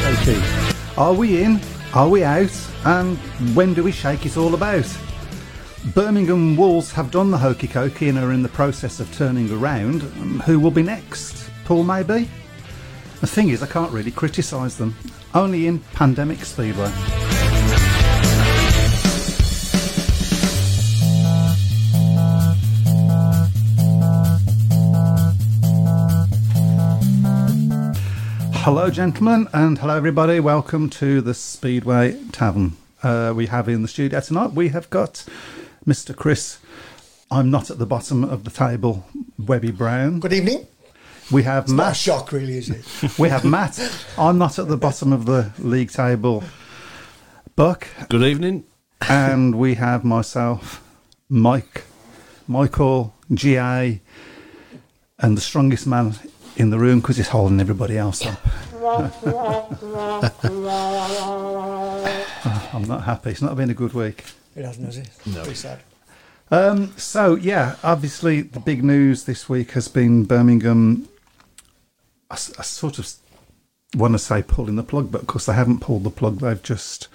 JP. Are we in? Are we out? And when do we shake it all about? Birmingham Wolves have done the hokey cokey and are in the process of turning around. Um, Who will be next? Paul maybe? The thing is, I can't really criticise them. Only in pandemic speedway. Hello, gentlemen, and hello, everybody. Welcome to the Speedway Tavern. Uh, we have in the studio tonight, we have got Mr. Chris. I'm not at the bottom of the table, Webby Brown. Good evening. We have Not a Matt. shock, really, is it? We have Matt. I'm not at the bottom of the league table, Buck. Good evening. And we have myself, Mike, Michael, GA, and the strongest man in the room because he's holding everybody else up. I'm not happy. It's not been a good week. It hasn't, has it? No. Pretty sad. So yeah, obviously the big news this week has been Birmingham. I, s- I sort of want to say pulling the plug, but of course they haven't pulled the plug. They've just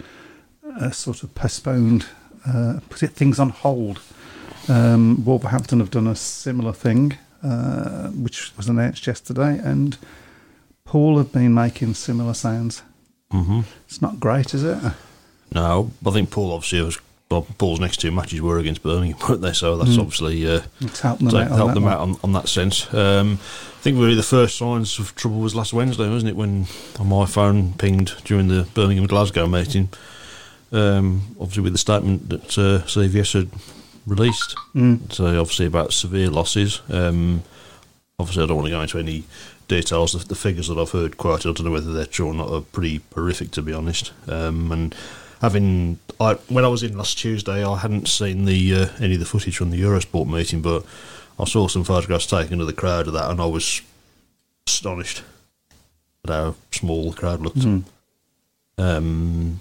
uh, sort of postponed, uh, put it, things on hold. Um, Wolverhampton have done a similar thing, uh, which was announced yesterday, and Paul have been making similar sounds. Mm-hmm. It's not great, is it? No, I think Paul obviously was. Well, Paul's next two matches were against Birmingham, weren't they? So that's obviously uh, It's helping them Hmm. out so on that helped them one. out on, on that sense. Um, I think really the first signs of trouble was last Wednesday, wasn't it? When on my phone pinged during the Birmingham Glasgow meeting, um, obviously with the statement that uh, CVS had released. Hmm. So obviously about severe losses. Um, obviously, I don't want to go into any details. The, the figures that I've heard quoted, I don't know whether they're true or not, are pretty horrific, to be honest. Um, and having, I, when I was in last Tuesday, I hadn't seen the uh, any of the footage from the Eurosport meeting, but I saw some photographs taken of the crowd of that, and I was astonished at how small the crowd looked. Um,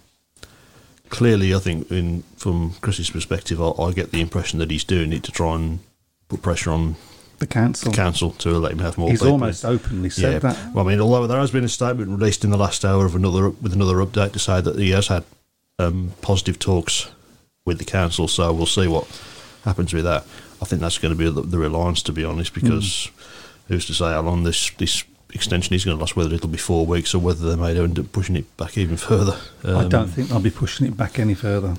clearly, I think in from Chris's perspective, I, I get the impression that he's doing it to try and put pressure on The council. council to let him have more. He's people. almost openly said that. Well, I mean, although there has been a statement released in the last hour of another with another update to say that he has had um, positive talks with the council, so we'll see what happens with that. I think that's going to be the, the reliance, to be honest, because who's to say how long this this extension is going to last? Whether it'll be four weeks or whether they may end up pushing it back even further. I Um, don't think they'll be pushing it back any further.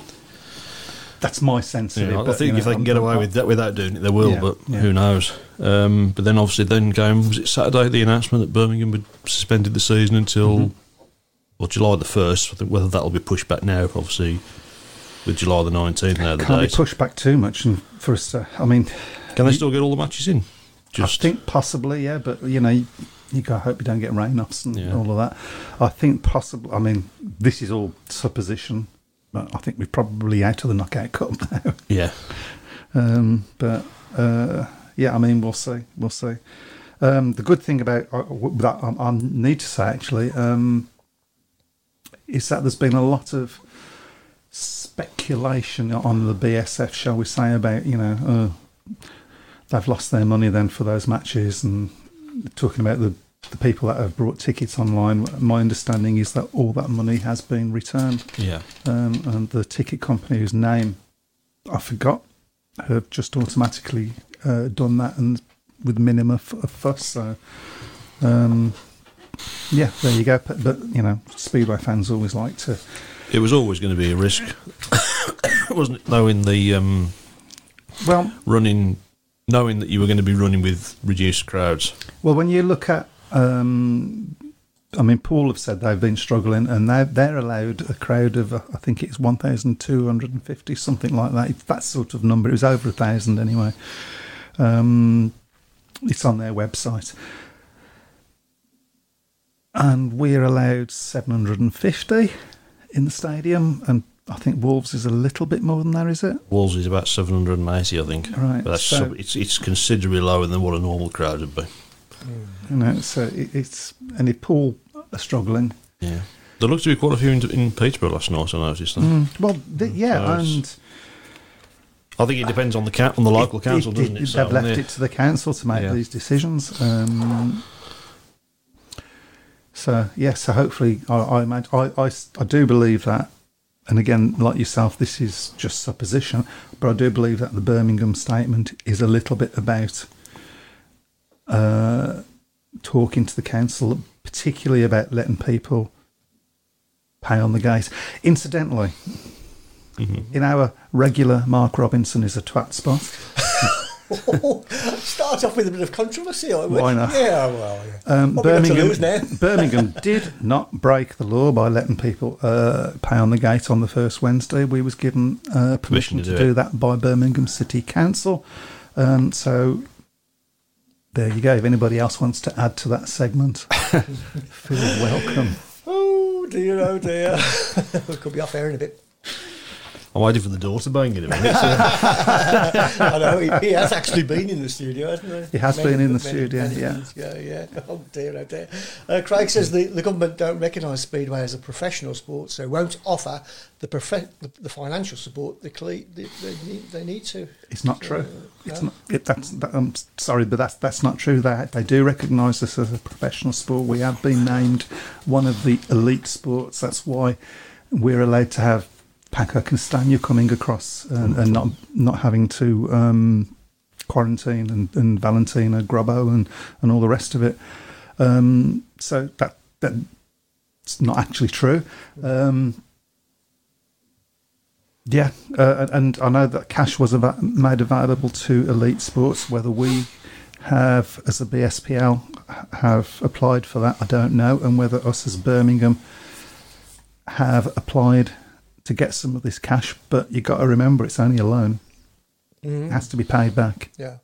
That's my sense Yeah, of it. I but, think you if know, they can get I'm- away with that without doing it, they will. Yeah, but yeah. who knows? Um, but then obviously, then going was it Saturday the announcement that Birmingham had suspended the season until Mm-hmm. well July the first. I think whether that'll be pushed back now, obviously with July the nineteenth now the Can't be days. pushed back too much, and for us, to, I mean, Can they still get all the matches in? Just I think possibly, yeah, but you know, you, you got hope you don't get rain offs and Yeah. all of that. I think possibly, I mean, this is all supposition, but I think we're probably out of the knockout cup now. yeah, Um, but uh, yeah, I mean, we'll see. We'll see. Um, the good thing about uh, w- that I, I need to say actually um, is that there's been a lot of speculation on the BSF, shall we say, about you know uh, they've lost their money then for those matches and talking about the. The people that have brought tickets online, my understanding is that all that money has been returned yeah. um, and the ticket company whose name I forgot have just automatically uh, done that and with minimum f- of fuss. So, um, yeah, there you go. But, but you know, Speedway fans always like to. It was always going to be a risk, wasn't it? Though in the um, Well, running, knowing that you were going to be running with reduced crowds. well, when you look at um, I mean, Paul have said they've been struggling, and they're, they're allowed a crowd of, uh, I think it's 1,250, something like that. It's that sort of number. It was over a 1,000 anyway. Um, it's on their website. And we're allowed 750 in the stadium, and I think Wolves is a little bit more than that, is it? Wolves is about 780, I think. Right, But that's so- sub- it's, it's considerably lower than what a normal crowd would be. You know, so it, it's, and if Paul are struggling, Yeah. There looked to be quite a few in, in Peterborough last night, I noticed that. well, th- yeah, it's- and. I think it depends on the ca- on the local It- council, it- doesn't it? They've So, left yeah. it to the council to make Yeah. these decisions. Um, so yeah, so hopefully, I I, imagine, I I s- I do believe that. And again, like yourself, this is just supposition, but I do believe that the Birmingham statement is a little bit about uh, talking to the council, particularly about letting people pay on the gate. Incidentally, Mm-hmm. in our regular Mark Robinson is a twat spot. Start off with a bit of controversy. I would. Why not? Yeah, well, yeah. Um, What we got to Birmingham, lose now? Birmingham did not break the law by letting people uh, pay on the gate on the first Wednesday. We was given uh, permission to, to do, do it. that by Birmingham City Council. Um, so there you go. If anybody else wants to add to that segment, feel welcome. Oh dear, oh dear. we could be off air in a bit. I'm waiting for the door to bang in a minute. so- I know he, he has actually been in the studio, hasn't he? He has been in the studio, yeah. months ago, yeah. Oh dear, oh dear. Uh, Craig says the, the government don't recognise speedway as a professional sport, so won't offer the profe- the, the financial support the cle- the, they, need, they need to. It's not true. It's no. not. It, that's. That, I'm s- sorry, but that's that's not true. That they do recognise this as a professional sport. We have been named one of the elite sports. That's why we're allowed to have Paco Castagna coming across and, and not not having to um, quarantine and, and Valentina Grubbo and and all the rest of it. Um, so that that's not actually true. Um, yeah, uh, and and I know that cash was ava- made available to elite sports. Whether we have, as a BSPL, h- have applied for that, I don't know, and whether us as Birmingham have applied to get some of this cash. But you got to remember, it's only a loan; it has to be paid back. Yeah.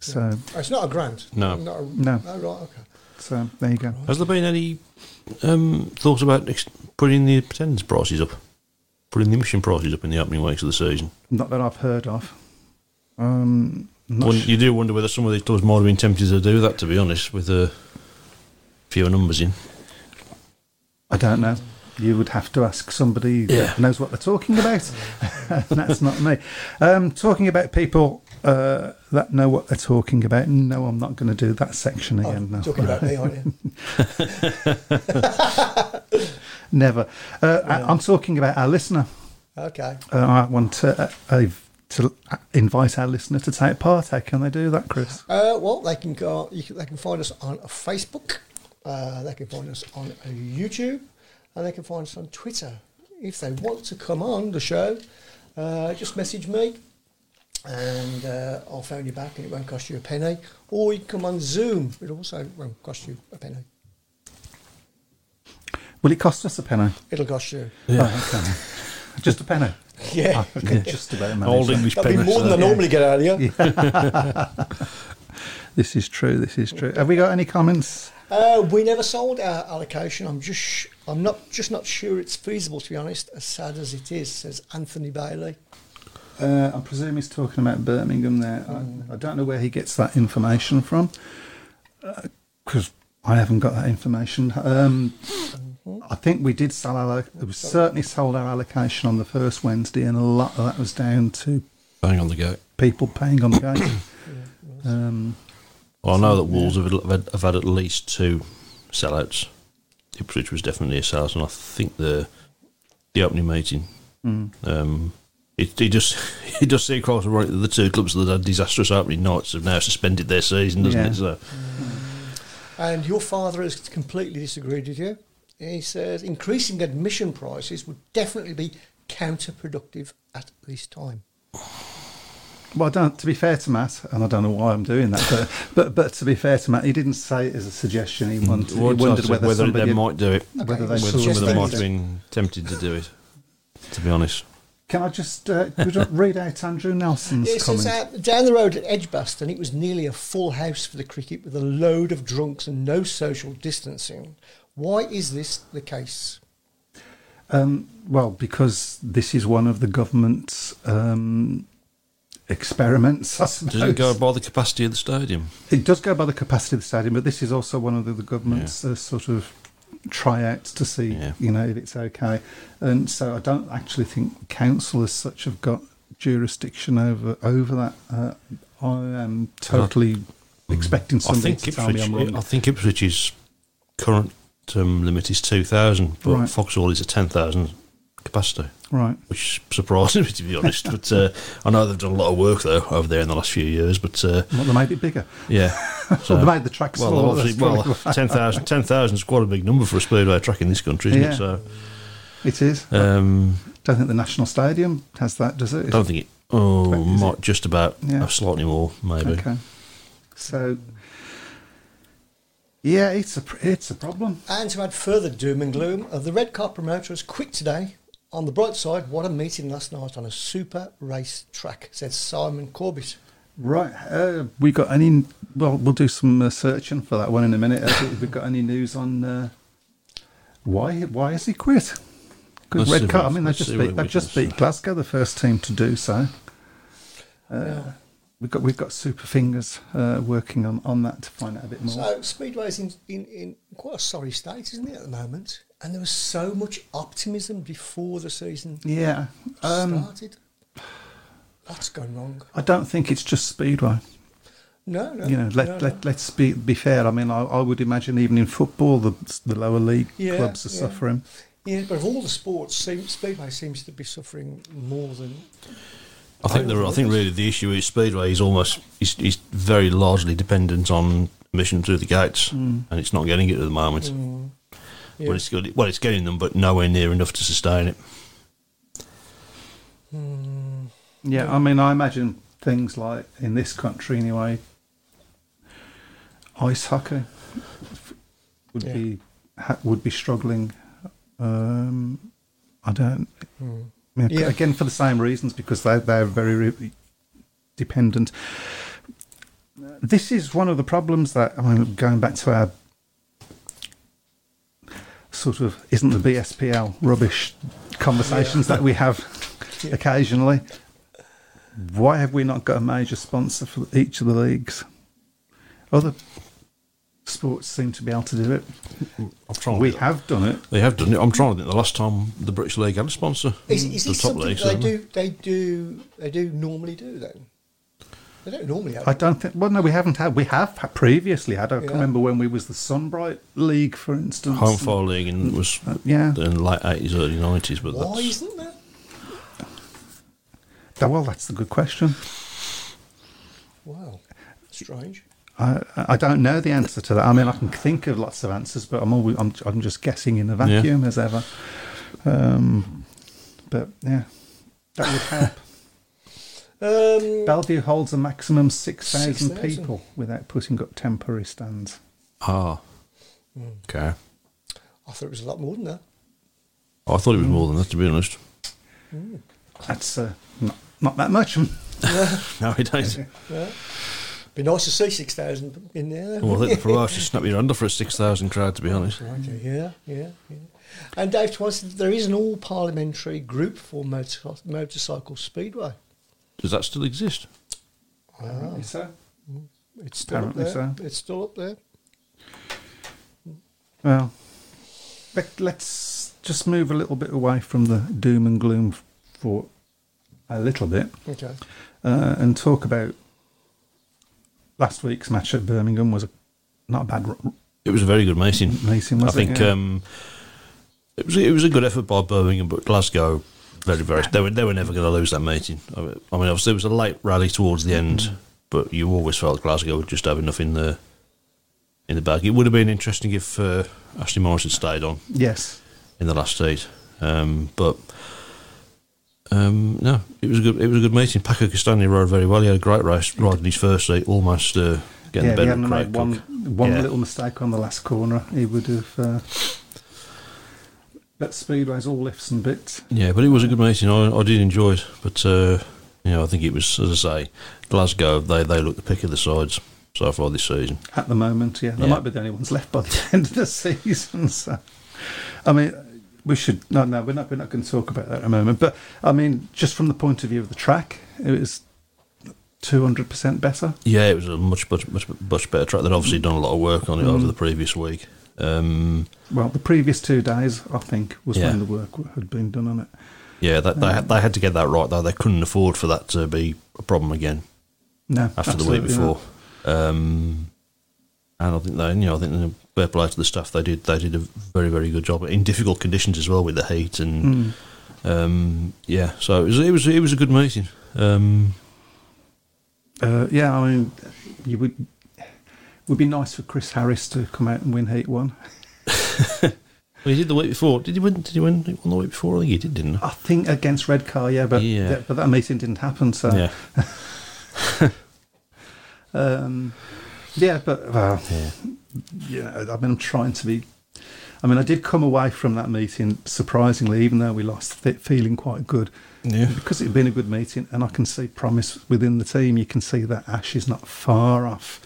So, Oh, it's not a grant. No. Not a, No. Oh, right, okay. so there you go. Has there been any um, thought about ex- putting the attendance prices up? Putting the admission prices up in the opening weeks of the season? Not that I've heard of. Um, not One, su- you do wonder whether some of these clubs might have been tempted to do that, to be honest, with a fewer numbers in. I don't know. You would have to ask somebody that knows what they're talking about. That's not me. Um, talking about people uh, that know what they're talking about. No, I'm not going to do that section Oh, again. now. talking about me, aren't you? Never. Uh, I, I'm talking about our listener. Okay. Uh, I want to, uh, i to invite our listener to take part. How can they do that, Chris? Uh, well, they can go. You can, they can find us on Facebook. Uh, they can find us on YouTube, and they can find us on Twitter. If they want to come on the show, uh, just message me, and uh, I'll phone you back, and it won't cost you a penny. Or you can come on Zoom. It also won't cost you a penny. Will it cost us a penny? It'll cost you. Oh, okay. Just a penny. Yeah. Ah, okay, just about manage Old that. English uh, That'd be penance, more than I that. normally get out of you. This is true. This is true. Have we got any comments? Uh, we never sold our allocation. I'm just, sh- I'm not, just not sure it's feasible to be honest. As sad as it is, says Anthony Bailey. Uh, I presume he's talking about Birmingham there. I, I don't know where he gets that information from because I haven't got that information. Um, I think we did sell our, we certainly sold our allocation on the first Wednesday, and a lot of that was down to Bang on the gate. people paying on the gate. um, Well, I know that Wolves have, have, had, have had at least two sellouts. Ipswich was definitely a sellout, and I think the the opening meeting. Mm. Um, it, it just it does seem quite right that the two clubs that had disastrous opening nights have now suspended their season, doesn't Yeah. it? So And your father has completely disagreed with you. He says increasing admission prices would definitely be counterproductive at this time. Well, I don't, to be fair to Matt, and I don't know why I'm doing that, but but, but to be fair to Matt, he didn't say it as a suggestion. He, wanted, he Well, wondered it's whether, whether somebody they had- might do it. whether they Whether should some of Just them do might it. have been tempted to do it. To be honest, Can I just uh, could I read out Andrew Nelson's Yes, comment? it's uh, down the road at Edgebaston. It was nearly a full house for the cricket with a load of drunks and no social distancing. Why is this the case? Um, well, because this is one of the government's um, experiments. I does it go suppose. by the capacity of the stadium? It does go by the capacity of the stadium, but this is also one of the, the government's uh, sort of tryouts to see, Yeah. you know, if it's okay. And so I don't actually think council as such have got jurisdiction over over that. Uh, I am totally expecting Mm. I somebody think to tell me I'm Ipswich. I wrong. think Ipswich's current um, limit is two thousand, but Right. Foxhall is a ten thousand capacity. Right. which surprised me to be honest. But uh, I know they've done a lot of work though over there in the last few years. But uh, Well, they made it bigger. yeah, So they made the track well, smaller. obviously, That's well, 10,000 10,000 is quite a big number for a speedway track in this country, isn't Yeah. it? So It is. um, don't think the National Stadium has that, does it? I don't think it. Oh, Is it- might just about Yeah. uh, slightly more maybe. Okay. So, yeah, it's a pr- it's a problem. And to add further doom and gloom, uh, the red car promoter was quick today. On the bright side, what a meeting last night on a super race track, said Simon Corbett. Right, uh, we got any? Well, we'll do some uh, searching for that one in a minute. Have we got any news on uh, why why has he quit? Good Let's see red card. I what- mean, they let's just see beat what they we just can beat see. Glasgow, the first team to do so. Uh, Yeah. We've got we've got super fingers uh, working on, on that to find out a bit more. So Speedway's in, in, in quite a sorry state, isn't it, at the moment? And there was so much optimism before the season yeah, um, started. Lots gone wrong. I don't think it's just Speedway. No, no. you know, let, no, no. let, let's be, be fair. I mean, I, I would imagine even in football, the, the lower league Yeah, clubs are yeah. suffering. Yeah, but of all the sports, seem, Speedway seems to be suffering more than. I think the, I think really the issue is speedway is almost is, is very largely dependent on admission through the gates, and it's not getting it at the moment. Mm. Yeah. Well, it's good. Well, it's getting them, but nowhere near enough to sustain it. Yeah, I mean, I imagine things like in this country anyway, ice hockey would Yeah. be ha- would be struggling. Um, I don't. I mean, Yeah. Again, for the same reasons, because they they're very re- dependent. This is one of the problems that I mean, going back to our sort of isn't the BSPL rubbish conversations that we have occasionally. Why have we not got a major sponsor for each of the leagues? Other sports seem to be able to do it. I'm trying. We have done it. They have done it. I'm trying to think the last time the British League had a sponsor. Is, Mm, is the this something leagues, they haven't do? They do. They do normally do then. They don't normally have. I don't think. Well, no, we haven't had. We have had previously had. I can Yeah. remember when we was the Sunbright League, for instance. Home Fire League and it was Uh, yeah. in the late 80s, early 90s. But Why that's, isn't that? Oh, Well, that's the good question. Wow, strange. I, I don't know the answer to that. I mean, I can think of lots of answers, but I'm always, I'm, I'm just guessing in a Yeah. vacuum as ever. Um, but yeah, that would help. Um, Bellevue holds a maximum 6,000 6,000. people without putting up temporary stands. ah, Hmm. okay. I thought it was a lot more than that. I thought it was more than that, to be honest. That's uh, not, not that much. No, it ain't. Yeah. Be nice to see six thousand in there. well, I think the promoter snap your under for a 6,000 crowd, to be honest. Okay, yeah, yeah, yeah. And Dave Twice, there is an all parliamentary group for motor- motorcycle speedway. Does that still exist? Apparently so. It's still Apparently up there. so. It's still up there. Well, let, let's just move a little bit away from the doom and gloom f- for a little bit Okay. uh, and talk about last week's match at Birmingham was a, not a bad r- It was a very good meeting. Meeting, I was it? think Yeah. um, it was it was a good effort by Birmingham, but Glasgow very very they were they were never going to lose that meeting. I mean, I mean, obviously it was a late rally towards the end, Mm-hmm. but you always felt Glasgow would just have enough in the in the bag. It would have been interesting if uh, Ashley Morris had stayed on Yes. in the last eight, um, but. Um, no, it was a good. It was a good meeting. Paco Castagna rode very well. He had a great race riding his first seat, almost uh, getting yeah, the he better of hadn't Craig made Cook. one, one Yeah. little mistake on the last corner, he would have. Uh, but Speedway's all lifts and bits. Yeah, but it was a good meeting. I, I did enjoy it, but uh, you know, I think it was as I say, Glasgow. They they look the pick of the sides so far this season. at the moment. Yeah, they Yeah. might be the only ones left by the end of the season. So, I mean, we should no, no, we're not we're not going to talk about that at the moment. But I mean, just from the point of view of the track, it was two hundred percent better. Yeah, it was a much much much, much better track. They'd obviously done a lot of work on it over the previous week. Um, Well, the previous two days, I think, was Yeah. when the work w- had been done on it. yeah, that, they had- they had to get that right though. They couldn't afford for that to be a problem again No, after the absolutely week not. before. Um, and I think they, you know, I think the fair play to the staff. They did they did a very very good job in difficult conditions as well with the heat and. Mm. Um, yeah, so it was it was it was a good meeting. Um, Uh, yeah, I mean, you would. Would be nice for Chris Harris to come out and win Heat One. well, he did the week before. Did he win? Did he win he won the week before? I think he did, didn't I think against Redcar, yeah, but Yeah. yeah, but that meeting didn't happen. So he? Yeah, Um, yeah, but well, Yeah. yeah. I mean, I'm trying to be. I mean, I did come away from that meeting surprisingly, even though we lost, it feeling quite good yeah. because it had been a good meeting, and I can see promise within the team. You can see that Ash is not far off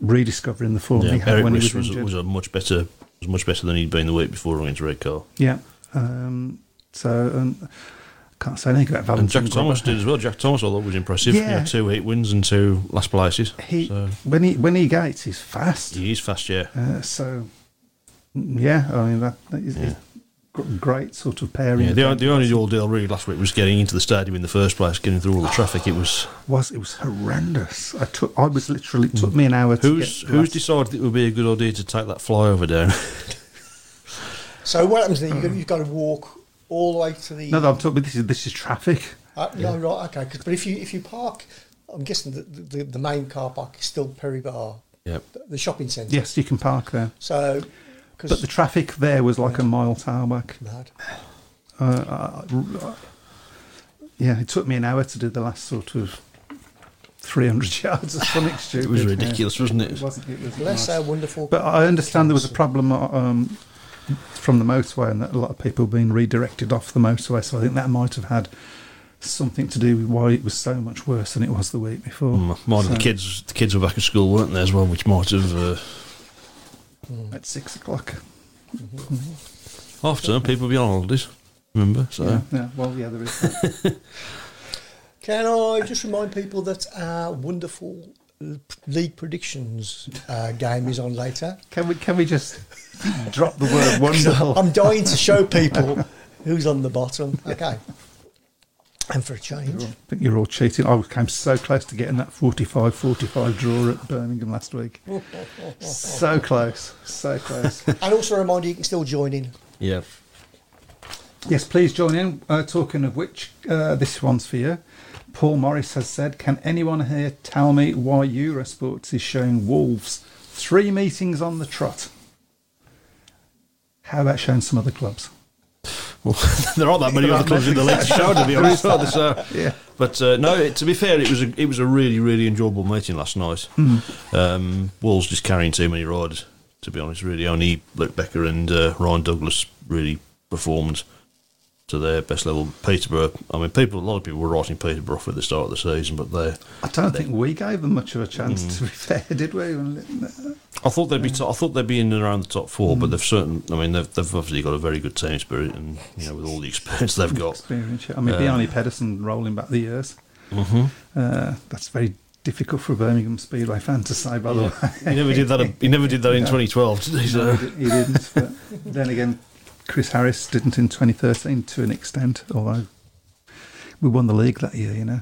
rediscovering the form he Mm-hmm. yeah. had Eric when he was, Risch was, injured. was a much better was much better than he'd been the week before against Redcar. yeah. Um, so um, can't say anything about And Valentine. Jack Thomas did as well. Jack Thomas, I thought was impressive. He Yeah. had two eight wins and two last places. He so when he when he gates, he's fast. he is fast. Yeah, Uh, so, mm, yeah, I mean, that, that is, is gr- great sort of pairing. yeah. The, o- event. the only old deal really last week was getting into the stadium in the first place, getting through all the traffic. It was was it was horrendous. I took, I was literally it took me an hour. To who's get to who's that. decided it would be a good idea to take that flyover down. So what happens then? You've got to walk all the way to the. No, no, I'm talking. This is this is traffic. Uh, no, right, okay. 'cause- but if you if you park, I'm guessing the the, the main car park is still Perry Bar, yep. the- the shopping centre. Yes, you can park there, So, but because the traffic there was like a mile to our back. mad. Uh, I- I- yeah, it took me an hour to do the last sort of 300 yards of something stupid. It was yeah. ridiculous, wasn't it? It wasn't. It was Bless nice. our wonderful. But I understand there was a problem um, from the motorway and that a lot of people being redirected off the motorway. So I think that might have had something to do with why it was so much worse than it was the week before. Mm, Mine So the kids, the kids were back at school, weren't they as well? Which might have uh, At six o'clock. half term people be on holidays. Remember, so Yeah, yeah, well, yeah, there is. that. Can I just remind people that our wonderful l- league predictions uh, game is on later? can, we, can we just drop the word wonderful? I'm dying to show people who's on the bottom. Okay. And for a change, I think you're all cheating. I came so close to getting that 45 45 draw at Birmingham last week. So close. So close. and also a reminder you can still join in. yeah. Yes, please join in. Uh, talking of which, uh, this one's for you. Paul Morris has said, Can anyone here tell me why Eurosports is showing Wolves three meetings on the trot? How about showing some other clubs? Well, there aren't that many other clubs in the league to show, to be honest. are there? So, Yeah. But uh, no, it, to be fair, it was a, it was a really really enjoyable meeting last night. Um, Wolves just carrying too many riders, to be honest. Really, only Luke Becker and uh, Ryan Douglas really performed to their best level. Peterborough, I mean, people a lot of people were writing Peterborough off at the start of the season, but they I don't think we gave them much of a chance, to be fair, did we? I thought they'd be. To- I thought they'd be in and around the top four, but they've certain. I mean, they've, they've obviously got a very good team spirit, and you know, with all the experience they've got, Experience. yeah. I mean, uh, Bjarne Pedersen rolling back the years. Mm-hmm. Uh, that's very difficult for a Birmingham Speedway fan to say, by the way. he never did that. He never did that in 2012, did he? No, So. he, didn't, he didn't. But then again, Chris Harris didn't in 2013 to an extent, although we won the league that year, you know.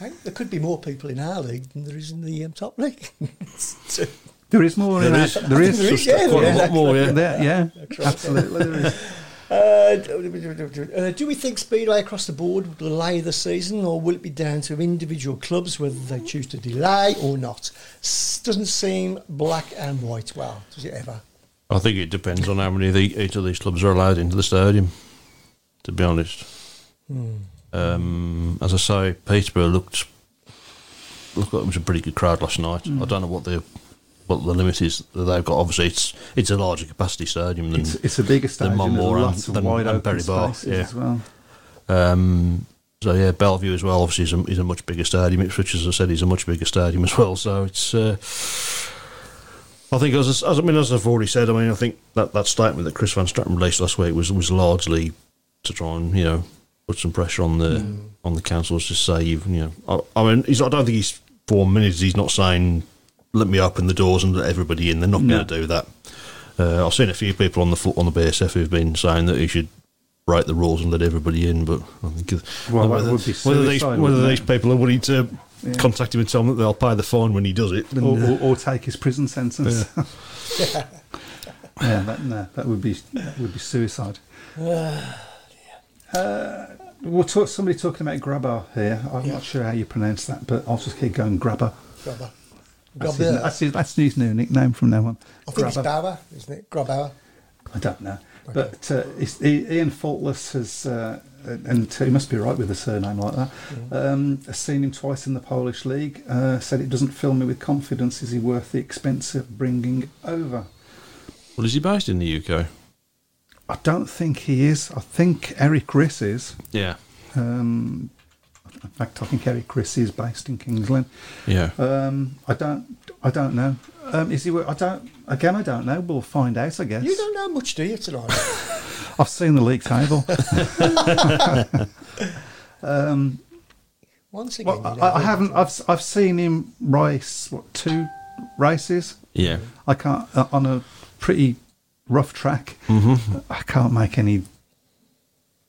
Hey, there could be more people in our league than there is in the um, top league. So- There is more in There our- is. There is. There is, yeah, Quite a yeah. lot more, yeah. There- yeah, absolutely. There is. Uh, do we think Speedway across the board will delay the season, or will it be down to individual clubs whether they choose to delay or not? S- doesn't seem black and white. Well, does it ever? I think it depends on how many of the, each of these clubs are allowed into the stadium. To be honest, Hmm. Um, as I say, Peterborough looked looked like it was a pretty good crowd last night. Hmm. I don't know what the what the limit is that they've got. Obviously, it's it's a larger capacity stadium than It's, it's a bigger stadium and Monmore and- lots of than- wide and open Berry Bar, spaces yeah. as well. Um, so yeah, Bellevue as well. Obviously, is a, is a much bigger stadium. Ipswich, as I said, is a much bigger stadium as well. So it's. Uh, I think as, as I mean as I've already said, I mean I think that, that statement that Chris Van Stratton released last week was was largely to try and you know put some pressure on the on the councils to say you've you know I, I mean he's, I don't think he's four minutes. He's not saying let me open the doors and let everybody in. They're not going to do that. Uh, I've seen a few people on the fo- on the BSF who've been saying that he should break the rules and let everybody in, but I think Well, that whether, would be whether these suicide, whether wouldn't these it? people are willing to contact him and tell him that they'll pay the fine when he does it. then, Or, uh, or, or take his prison sentence. Yeah, that, no, that would be that would be suicide. Uh, we'll talk. Somebody talking about grabber here. I'm Yeah. not sure how you pronounce that, but I'll just keep going grabber. Grubber. That's, Grubber. his, that's, his, that's his new nickname from now on. I think it's Grabber. Bauer, isn't it? Grubauer. I don't know. But uh, it's, I- Ian Faultless has, uh, and he must be right with a surname like that, Mm-hmm. um, has seen him twice in the Polish league, uh, said it doesn't fill me with confidence. Is he worth the expense of bringing over? Well, is he based in the UK? I don't think he is. I think Eric Riss is. Yeah, Um, in fact, I think Eric Riss is based in Kingsland. yeah. Um, I don't. I don't know. Um, is he? wor- I don't. Again, I don't know. We'll find out. I guess. You don't know much, do you, tonight? I've seen the league table. Once again, Well, you I, I know, haven't. I've s- I've seen him race what two races. yeah, I can't uh, on a pretty rough track. I can't make any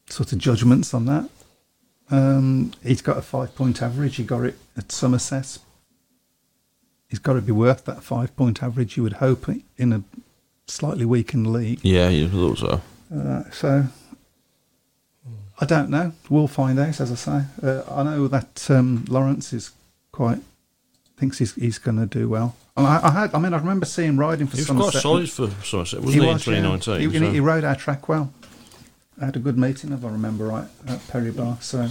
sort of judgments on that. Um, he's got a five point average. He got it at Somerset. He's got to be worth that five point average. You would hope in a slightly weakened league. yeah. You thought so. Uh, so I don't know. We'll find out, as I say. Uh, I know that um, Lawrence is quite thinks he's he's going to do well. And I, I had, I mean, I remember seeing him riding for He was Somerset. quite solid for Somerset, wasn't he, was, yeah. in 2019? He, he rode our track well. I had a good meeting, if I remember right, at Perry Bar. So,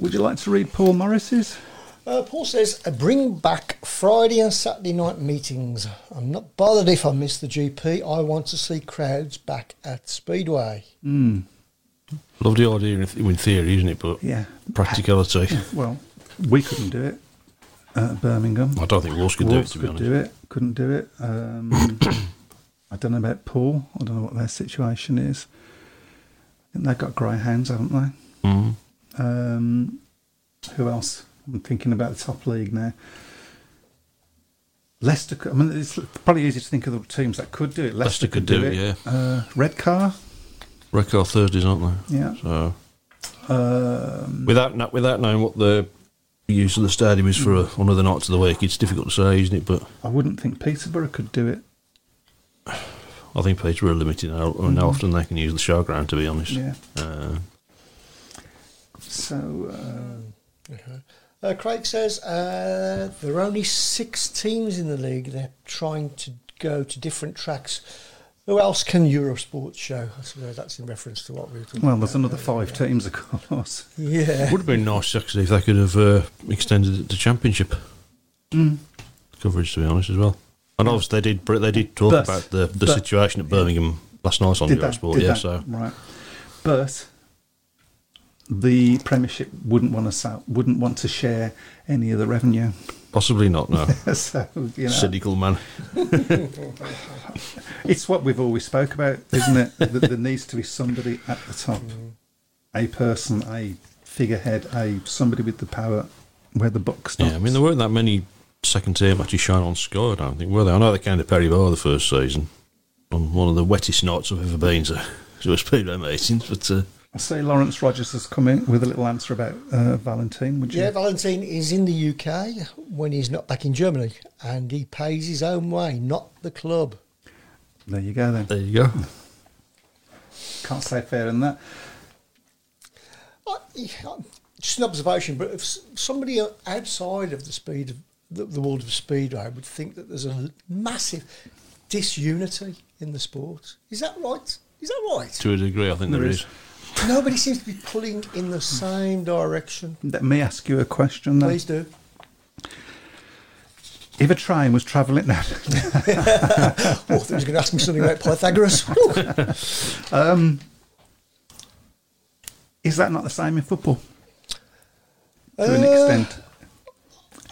would you like to read Paul Morris's? Uh, Paul says, "Uh, bring back Friday and Saturday night meetings. I'm not bothered if I miss the GP. I want to see crowds back at Speedway. Love the idea in, in theory, isn't it? But Yeah. practicality, Well, we couldn't do it at Birmingham. I don't think Wolves could Wolves do it. To could be honest, do it. Couldn't do it. Um, I don't know about Paul. I don't know what their situation is. I think they've got greyhounds, haven't they? Mhm. Um, who else? I'm thinking about the top league now. Leicester. cou- I mean, it's probably easy to think of the teams that could do it. Leicester, Leicester could do it, Yeah. Uh, Redcar. Record Thursdays, aren't they? Yeah. So Um, without kno- without knowing what the use of the stadium is for uh, one of the nights of the week, it's difficult to say, isn't it? But I wouldn't think Peterborough could do it. I think Peterborough are limited how, on how often they can use the showground. To be honest, Mm-hmm. Yeah. Uh, So. Uh, Uh, Craig says uh, there are only six teams in the league. They're trying to go to different tracks. Who else can Eurosport show? I suppose that's in reference to what we were talking well, about. there's another five teams, of course. Yeah. would have been nice actually if they could have uh, extended it to Championship Mm. coverage. To be honest, as well. And obviously they did. br- They did talk But- about the, the but- situation at Birmingham last night on did that, Eurosport. did Yeah, that, so right. But the Premiership wouldn't want to sell, wouldn't want to share any of the revenue. possibly not. No, so you know, cynical man. it's what we've always spoke about, isn't it? that there needs to be somebody at the top, a person, a figurehead, a somebody with the power where the buck stops. Yeah, I mean there weren't that many second tier matches shown on Sky. I don't think were there. I know they came to Perry Bar the first season on one of the wettest nights I've ever been to. So it's pretty amazing, but uh, I see Lawrence Rogers has come in with a little answer about uh, Valentine. Would you? Yeah, Valentine is in the UK when he's not back in Germany, and he pays his own way, not the club. there you go. Then there you go. can't say fair in that. I- yeah, Just an observation, but if s- somebody outside of the speed of the, the world of speedway would think that there's a massive disunity in the sport. Is that right? Is that right? To a degree, I think There there is. is. Nobody seems to be pulling in Hmm. the same direction. Let me ask you a question then. Please do. If a train was travelling, no, Oh, I thought he was going to ask me something about Pythagoras. Whew. is that not the same in football to Uh, an extent?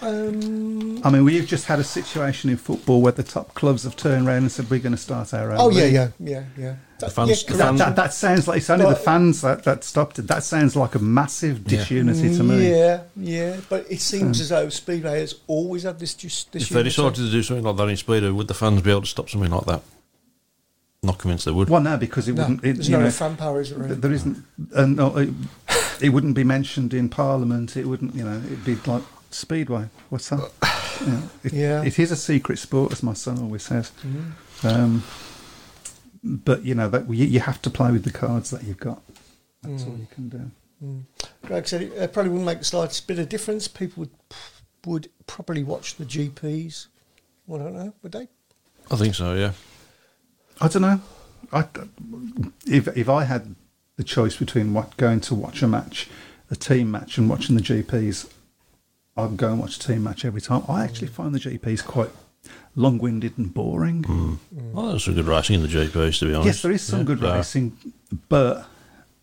um, I mean, we've just had a situation in football where the top clubs have turned around and said we're going to start our own. oh yeah, league." yeah, yeah, yeah. That, fans- yeah, the That, correct. that, that sounds like it's only Well, the fans that, that stopped it. That sounds like a massive disunity to me. Hmm. Yeah, yeah, but it seems as though Speedway has always had this just this. If they unity. decided to do something like that in Speedo, would the fans be able to stop something like that? Not convinced they would. Well, no, because it no, wouldn't. It, there's you no know, fan power, is there? th- really? there isn't. Uh, no, it, it wouldn't be mentioned in Parliament. It wouldn't. You know, it'd be like Speedway. What's that? You know, it- Yeah. Mm-hmm. it is a secret sport, as my son always says. Um, but you know that you, you have to play with the cards that you've got. That's Mm. all you can do. Greg said it uh, probably wouldn't make the slightest bit of difference. People would would probably watch the GPs. Well, I don't know. Would they? I think so, yeah. I don't know. I, if if I had the choice between what going to watch a match, a team match, and watching the GPs, I'd go and watch a team match every time. I actually find the GPs quite long-winded and boring. Well, there's some good racing in the GPs, to be Mm. honest. Yes, there is some Mm, Yeah, uh, good there are. racing, but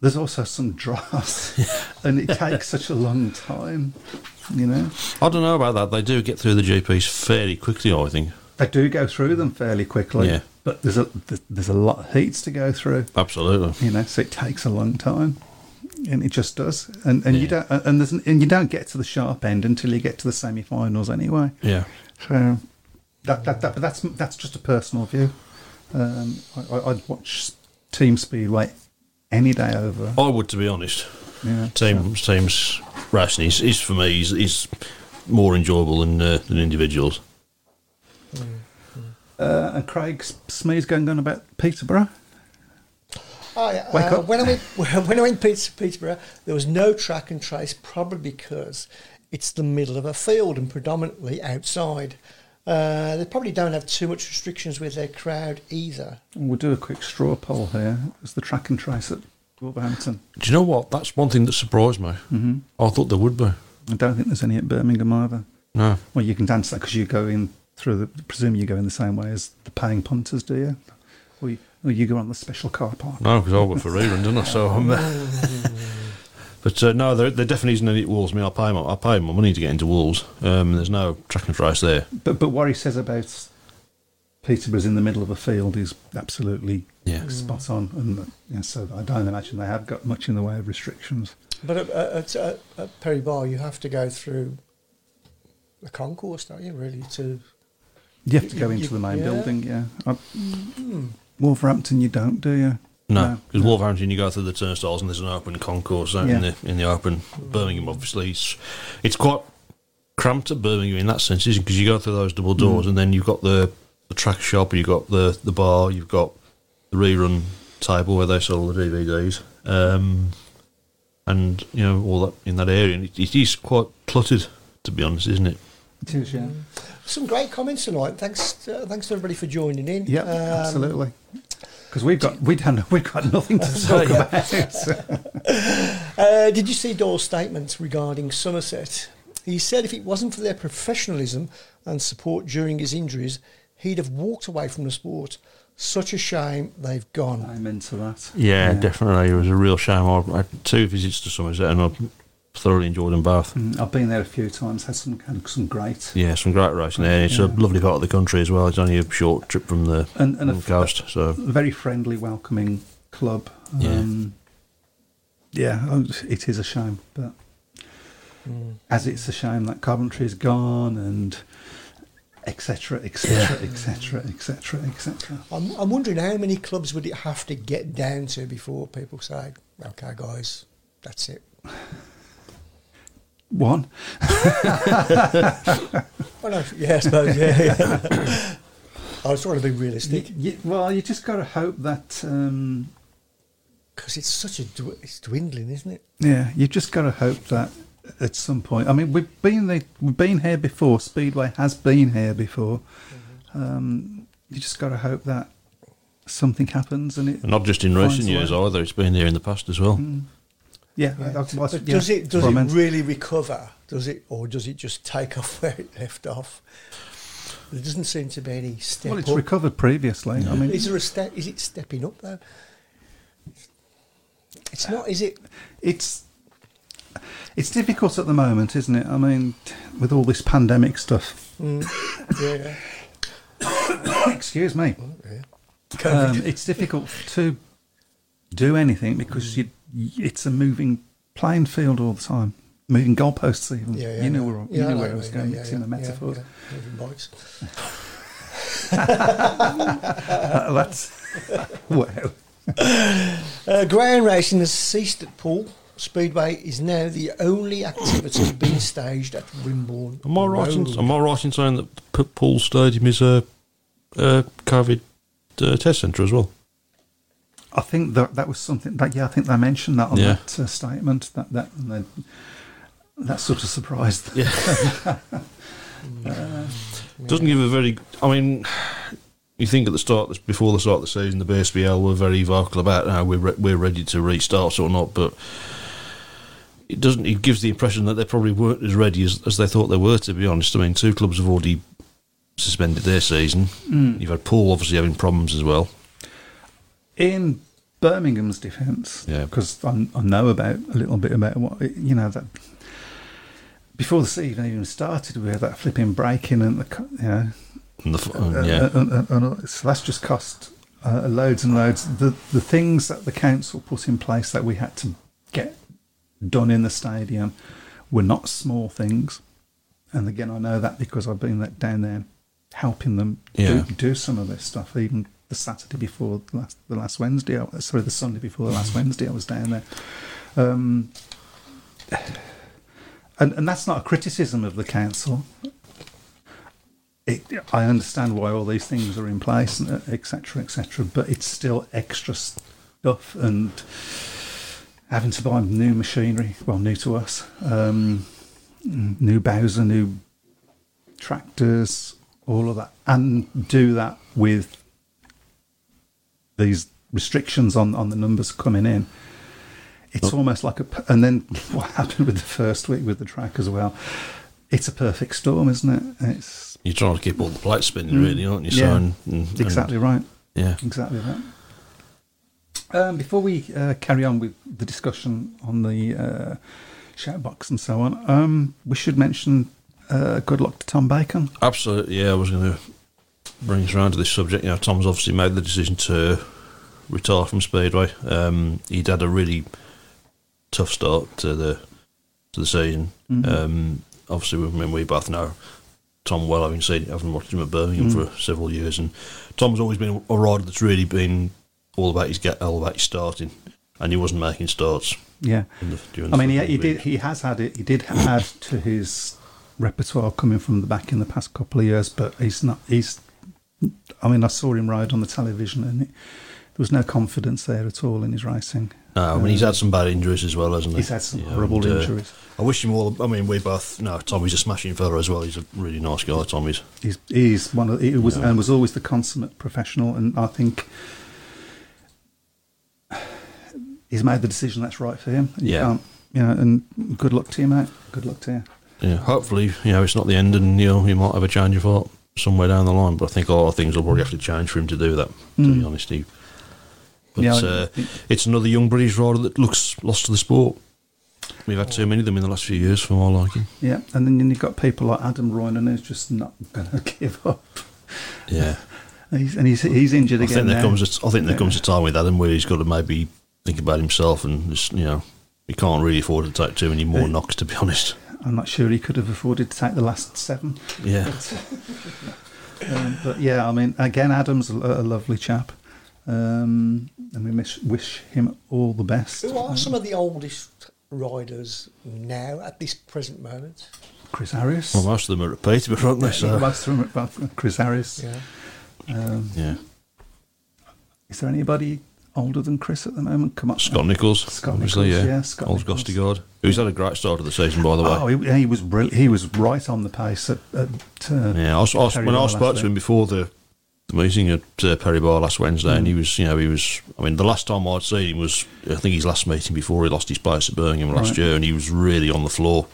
there's also some drafts, and it takes such a long time. You know, I don't know about that. They do get through the GPs fairly quickly, I think. they do go through them fairly quickly, Yeah. but there's a there's a lot of heats to go through. Absolutely. you know so it takes a long time and it just does and and you Yeah. don't and there's and you don't get to the sharp end until you get to the semi-finals anyway Yeah. so that that, that but that's that's just a personal view um I, I- i'd watch team speedway any day over I would, to be honest. yeah Teams, teams racing is, is for me is, is more enjoyable than uh, than individuals. uh, and craig S- smee's going on about peterborough Oh, yeah. Wake uh, up. When I went when I went to Peterborough, there was no track and trace, probably because it's the middle of a field and predominantly outside. Uh, they probably don't have too much restrictions with their crowd either. And we'll do a quick straw poll here it's the track and trace at wolverhampton Do you know what? That's one thing that surprised me. Mhm. I thought there would be. i don't think there's any at birmingham either No. Well, you can dance that because you go in through the. Presume you go in the same way as the paying punters, do you? Or you, or you go on the special car park. No, because I work for Rearing, didn't I? So I'm. Uh, but uh, no, there, there definitely isn't any at Wolves. I mean, I pay my, I pay my money to get into Wolves. Um, there's no track and trace there. But but what he says about Peterborough's in the middle of a field is absolutely Yeah. Mm. spot on, and uh, yeah, so I don't imagine they have got much in the way of restrictions. But at, at, at, at Perry Bar, you have to go through the concourse, don't you? Really, to You have to go You- into the main yeah. building, yeah. I, Wolverhampton, you don't, do you? No, because Wolverhampton, you go through the turnstiles and there's an open concourse out in Yeah. the in the open. Birmingham, obviously, it's, it's quite cramped at Birmingham in that sense, isn't Because you go through those double doors and then you've got the, the track shop, you've got the, the bar, you've got the rerun table where they sell the DVDs, um, and you know all that in that area. And it, it is quite cluttered, to be honest, isn't it? It is, yeah. some great comments tonight. Thanks, uh, thanks to everybody for joining in. Yeah, Um, absolutely. Because we've got we don't we've got nothing to talk about. Uh, did you see Doyle's statements regarding Somerset? He said if it wasn't for their professionalism and support during his injuries, he'd have walked away from the sport. Such a shame they've gone. Amen to that. Yeah, definitely. It was a real shame. I had two visits to Somerset and I thoroughly enjoyed them both. Mm, I've been there a few times. Had some had some great Yeah, some great racing there. It's a lovely part of the country as well. It's only a short trip from the And- and a- coast. So very friendly, welcoming club. Yeah. Um, yeah, oh, it is a shame, but Hmm. as it's a shame that Coventry is gone and etc. etc. etc. etc. etc. I'm, I'm wondering how many clubs would it have to get down to before people say, okay, guys, that's it. One, Well, no, yeah, I suppose, yeah. yeah. I was trying to be realistic Y- y- well, you just got to hope that. Um, because it's such a, dw- it's dwindling, isn't it? yeah, you just got to hope that at some point. I mean, we've been there, we've been here before. Mm-hmm. Speedway has been here before. Um, you just got to hope that something happens and it. And not just in Finds recent a years way. Mm. either, it's been there in the past as well. Yeah, Yeah. that's what- But yeah, does it that's does what I it meant. really recover? Does it or does it just take off where it left off? There doesn't seem to be any step Well, it's up. recovered previously. I mean, is there a step? Is it stepping up though? It's not. Is it? it's it's difficult at the moment, isn't it? I mean, with all this pandemic stuff. Yeah. Excuse me. yeah. Um, it's difficult to do anything because you, it's a moving playing field all the time, moving goalposts. Even Yeah, yeah, you know yeah. where you Yeah, know know where I what was you going mean. Yeah, mixing yeah, the metaphors. yeah, yeah. Moving bikes. Uh, that's well. Uh, ground racing has ceased at Poole. Speedway is now the only activity being staged at Wimborne. Am I right? In, Road. am I right in saying that P- Paul Stadium is a, a COVID uh, test centre as well? I think that that was something that yeah, I think they mentioned that on Yeah. that uh, statement. That that and they, that sort of surprised. Yeah. Doesn't give a very. I mean, you think at the start, before the start of the season, the BSBL were very vocal about how we're re- we're ready to restart or not, but it doesn't. It gives the impression that they probably weren't as ready as, as they thought they were. To be honest, I mean, two clubs have already suspended their season. Hmm. You've had Paul obviously having problems as well. In Birmingham's defence, Yeah. because I, I know about a little bit about what it- you know that before the season even started, we had that flipping break in and the co- you know And the f- uh, yeah, and, and, and- so that's just cost uh, loads and loads. The the things that the council put in place that we had to get done in the stadium were not small things. And again, I know that because I've been let down there helping them Yeah. do, do some of this stuff. Even the Saturday before the last, the last Wednesday, I- sorry, the Sunday before the last Wednesday, I was down there. Um, and, and that's not a criticism of the council it, I understand why all these things are in place, and et cetera, et cetera, but it's still extra stuff and having to buy new machinery, well, new to us, um, new bows and new tractors, all of that, and do that with these restrictions on, on the numbers coming in. It's Oh. almost like a, p- and then what happened with the first week with the track as well. It's a perfect storm, isn't it? It's you're trying to keep all the plates spinning, really, aren't you? So, Hmm. yeah. and- and- exactly right. Yeah. Exactly that. Um, before we uh, carry on with the discussion on the uh, shout box and so on, um, we should mention uh, good luck to Tom Bacon. Absolutely, yeah. I was going to bring us around to this subject. You know, Tom's obviously made the decision to retire from Speedway. Um, he'd had a really tough start to the to the season. Mm-hmm. Um, obviously, we, I mean, we both know Tom well, having seen, having watched him at Birmingham Mm. for several years, and Tom's always been a rider that's really been all about his get, all about his starting, and he wasn't making starts. Yeah, In the, during I the mean, he, football he did. week. He has had it. He did add to his repertoire coming from the back in the past couple of years, but he's not. He's. I mean, I saw him ride on the television, and it, there was no confidence there at all in his Uh, racing. No, I mean Uh, Ah, he's had some bad injuries as well, hasn't he? He's had some horrible and, uh, injuries. I wish him all. I mean, we both. No, Tommy's a smashing fella as well. He's a really nice guy. Tommy's. he's, he's one of he was Yeah. and was always the consummate professional, and I think he's made the decision that's right for him. You Yeah. can't- you know, and good luck to you, mate. Good luck to you. Yeah, hopefully, you know, it's not the end, and you know, he might have a change of heart somewhere down the line. But I think a lot of things will probably have to change for him to do that. To be honest, he. But Hmm. Yeah, I- uh, it's another young British rider that looks lost to the sport. We've had too many of them in the last few years, for my liking. Yeah, and then you've got people like Adam Roynan who's just not going to give up. Yeah, And he's and he's, he's injured I again. think there now. comes. A, I think there Yeah. comes a time with Adam where he's got to maybe think about himself, and just, you know, he can't really afford to take too many more knocks. To be honest, I'm not sure he could have afforded to take the last seven. yeah. Um, but yeah, I mean, again, Adam's a, a lovely chap, um, and we miss, wish him all the best. Who are some of the oldest riders now at this present moment? Chris Harris. Well, most of them are at Peterborough, aren't they? Yeah, So, Last from from Chris Harris. Yeah. Um, yeah. is there anybody older than Chris at the moment? Come on, Scott Nichols, Scott obviously, Nichols, yeah. yeah, Scott Old Nichols. Gostigard, who's had a great start of the season, by the way. Oh, he, he was brilliant. He was right on the pace at. at uh, yeah, I, s- I s- Terry when I Ryan spoke last to him before the the meeting at uh, Perry Bar last Wednesday, and he Hmm. was, you know, he was. I mean, the last time I'd seen him was, I think, his last meeting before he lost his place at Birmingham last Right. Hmm. year, and he was really on the floor.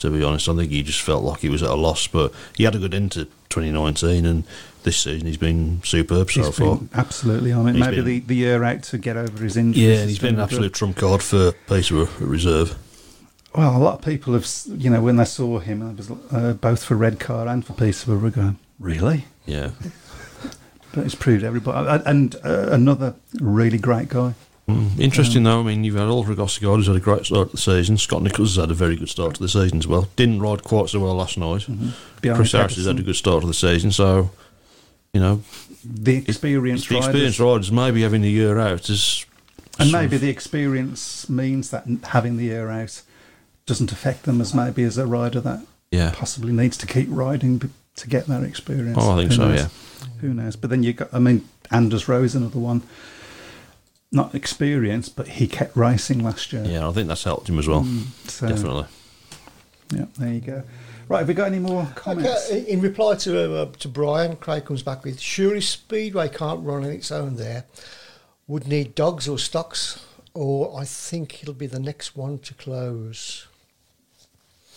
To be honest, I think he just felt like he was at a loss, but he had a good end to 2019, and this season he's been superb so He's far. been absolutely on it. He's Maybe been- the, the year out to get over his injuries. Yeah, has and he's been an good. absolute trump card for Peterborough at reserve. Well, a lot of people have, s- you know, when they saw him, it was uh, both for red car and for Peterborough, were going, really? Yeah, But it's proved everybody. and- And uh, another really great guy. Mm, Um, Interesting though. I mean, you've had Oliver Gossegard who's had a great start to the season. Scott Nichols has had a very good start to the season as well. Didn't ride quite so well last night. Mm-hmm. Bjarne Chris Harris has had a Pedersen. good start to the season, so you know The it's- experience, it's the experienced riders maybe having a year out is and sort maybe of- the experience means that n- having the year out doesn't affect them as maybe as a rider that yeah. possibly needs to keep riding b- to get that experience. Oh, I think so, knows? yeah. Who knows? But then you got, I mean, Anders Rowe is another one. Not experienced, but he kept racing last year. Yeah, I think that's helped him as well. Mm. so- Definitely. Yeah, there you go. Right, have we got any more comments? Okay, uh, in reply to uh, to Brian, Craig comes back with surely Speedway can't run on its own. There would need dogs or stocks, or I think it'll be the next one to close.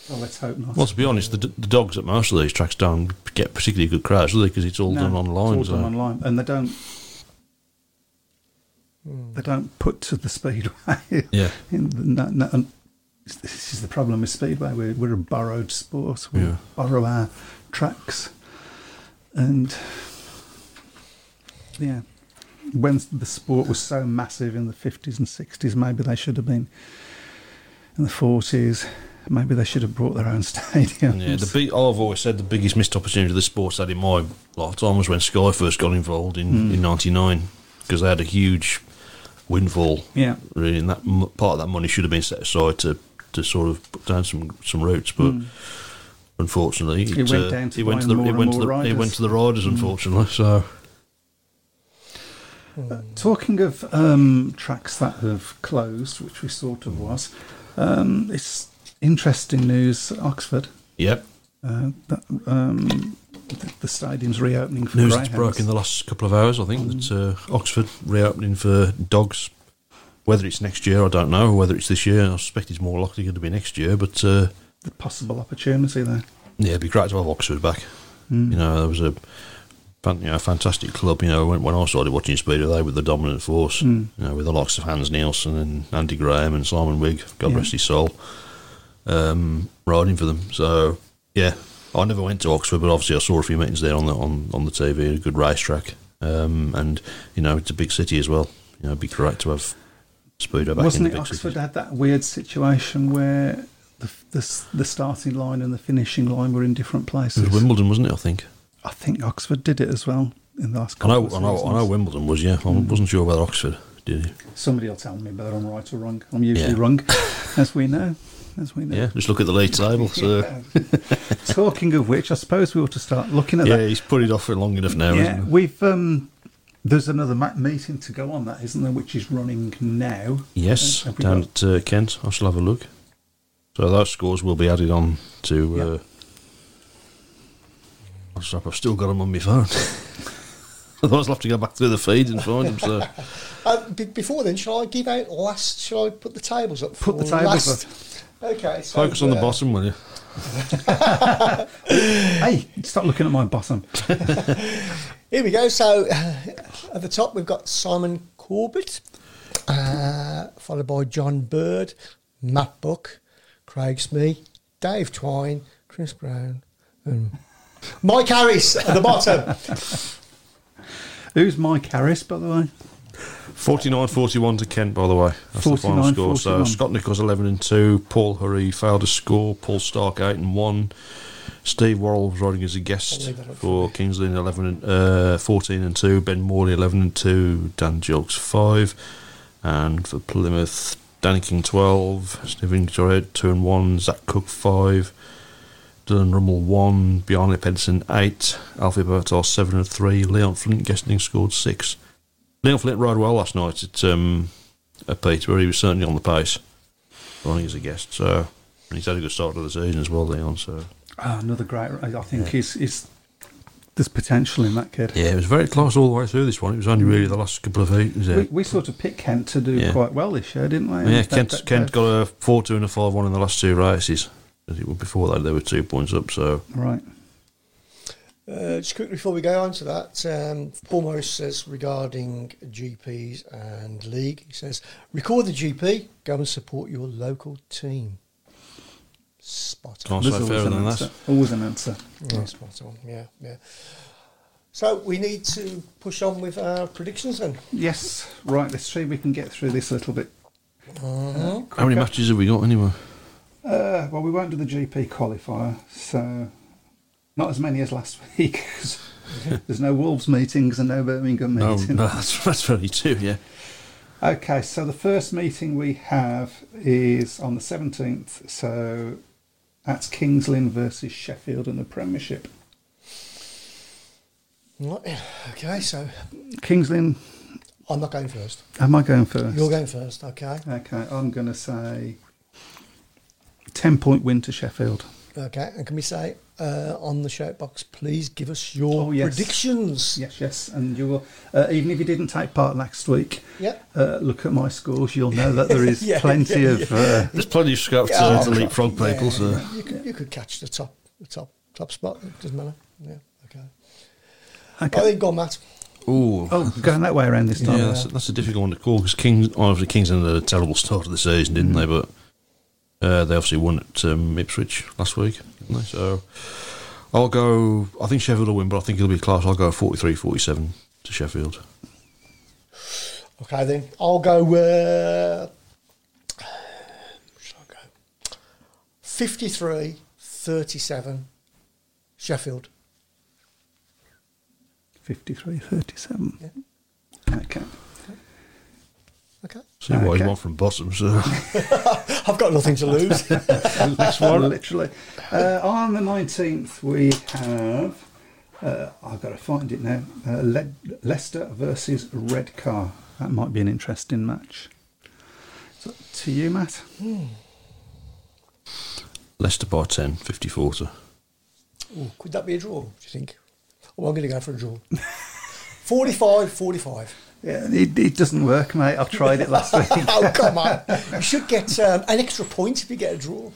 Well, Oh, let's hope not. Well, to be honest, the, d- the dogs at most of these tracks don't get particularly good crowds, do they? Because it's all No, done online. It's all done so. online, and they don't. They don't put to the speedway. Yeah. In the, no, no, and this- this is the problem with speedway. We're, we're a borrowed sport. We Yeah. borrow our tracks, and yeah, when the sport was so massive in the fifties and sixties, maybe they should have been in the forties. Maybe they should have brought their own stadium. Yeah, the big, I've always said the biggest missed opportunity the sport's had in my lifetime was when Sky first got involved Hmm. in in '99 because they had a huge windfall. Yeah. really, and that m- part of that money should have been set aside to to sort of put down some some routes, but. Unfortunately, it, Hmm. uh, went down to it went buying to the more it and went to more the it riders. Hmm. went to the riders. Unfortunately, so Hmm. Talking of um, tracks that have closed, which we sort of was, um, it's interesting news. Oxford, yep. uh, that, um, the, the stadium's reopening for News that's greyhounds. broke in the last couple of hours, I think, that uh, Oxford reopening for dogs. Whether it's next year, I don't know. Whether it's this year, I suspect it's more likely going to be next year. But uh, The possible opportunity there. yeah, it'd be great to have Oxford back. Mm. You know, there was a fan- you know, fantastic club. You know, when, when I started watching Speed, they were the dominant force. Mm. You know, with the likes of Hans Nielsen and Andy Graham and Simon Wigg, God Yeah. rest his soul, um, riding for them. So yeah, I never went to Oxford, but obviously I saw a few meetings there on the on, on the TV. A good racetrack, um, and you know, it's a big city as well. You know, it'd be great to have Speedo back Wasn't in it the big Oxford city. had that weird situation where the, f- the s- the starting line and the finishing line were in different It was places? Wimbledon, wasn't it? I think. I think Oxford did it as well in the last I couple know, of I know, I know seasons. Wimbledon was, yeah. I wasn't sure whether Oxford did. it. Somebody will tell me whether I'm right or wrong. I'm usually Yeah. wrong, as we know. As we know. Yeah, just look at the league table. So yeah, Talking of which, I suppose we ought to start looking at that. he's put it off for long enough now. Yeah, isn't he? we've um, there's another ma- meeting to go on that, isn't there? Which is running now. Yes, Have we down got- at uh, Kent. I shall have a look. So those scores will be added on to. Yeah. Uh, I'll just hope I've still got them on my phone. Otherwise, I'll have to go back through the feed and find them. So Uh, b- before then, shall I give out last? Shall I put the tables up? Put the for tables last? Okay. So, focus on the uh, bottom, will you? hey, stop looking at my bottom. Here we go. So at the top, we've got Simon Corbett, uh, followed by John Bird, Matt Buck, Craig Smee, Dave Twine, Chris Brown, and Mike Harris at the bottom. Who's Mike Harris, by the way? 49-41 to Kent, by the way. That's the final 49-41. score. So Scott Nichols eleven and two, Paul Hurry failed to score, Paul Stark eight and one, Steve Worrell was riding as a guest leave that up for Kingsley in eleven and uh, fourteen and two, Ben Morley eleven and two, Dan Jilks five, and for Plymouth Danny King twelve, Stephen Jorret two and one, Zach Cook five. Dylan Rummel one, Bjarne Pedersen eight, Alfie Bertar seven and three, Leon Flint guesting scored six. Neil Flint rode well last night at um, at Peterborough. He was certainly on the pace, running as a guest. So and he's had a good start to the season as well, Leon. So Ah, another great. I I think he's, he's there's potential in that kid. Yeah, it was very close all the way through this one. It was only really the last couple of eight. We, we sort of picked Kent to do Yeah. quite well this year, didn't we? yeah, That- Kent, that- Kent that- got a 4 2 and a 5 1 in the last two races. But it was Before that, they were two points up, so. Right. Uh, just quickly before we go on to that, um, Paul Morris says regarding GPs and league, he says, record the GP, go and support your local team. Spot on. Can't say fairer an than answer. that. Always an answer. Yeah, spot on. Yeah, yeah. So we need to push on with our predictions then. Yes. Right. Let's see if we can get through this a little bit. How many matches have we got anyway? Uh, well, we won't do the GP qualifier, so not as many as last week. 'cause there's no Wolves meetings and no Birmingham No, meetings. no that's, that's very two, yeah. Okay, so the first meeting we have is on the 17th, so that's Kings Lynn versus Sheffield in the Premiership. Right, Okay, so Kings Lynn, I'm not going first. am I going first? You're going first, okay? Okay, I'm going to say 10 point win to Sheffield. Okay, and can we say uh, on the shout box, please give us your Oh, yes. predictions? Yes, yes, and you will, uh, even if you didn't take part last week, Yep. uh, look at my scores, you'll know that there is Yeah, plenty yeah, of. Uh, There's plenty of scope Yeah, to, to leapfrog Yeah, people, so. you, could, you could catch the top, the top, top spot. It doesn't matter. Yeah. Okay. okay. Oh, they've gone, Matt. Ooh. Oh, going that way around this Yeah, time. that's, that's a difficult one to call because Kings, obviously, Kings had a terrible start of the season, didn't they? Mm. But uh, they obviously won at um, Ipswich last week, didn't they? So I'll go. I think Sheffield will win, but I think it'll be close. I'll go 43 47 to Sheffield. Okay, then I'll go. Uh, shall I go? 53, 37, Sheffield. 53 37. Okay. Okay. See what Okay. you want from Bottom. So I've got nothing to lose. Next one. Literally. Uh, on the 19th, we have. Uh, I've got to find it now. Uh, Le- Leicester versus Redcar. That might be an interesting match. So, to you, Matt. Mm-hmm. Leicester by 10, 54 to. Ooh, could that be a draw, do you think? Oh, I'm going to go for a draw. 45, 45. Yeah, it, it doesn't work, mate. I've tried it last week. Oh, come on. You should get um, an extra point if you get a draw.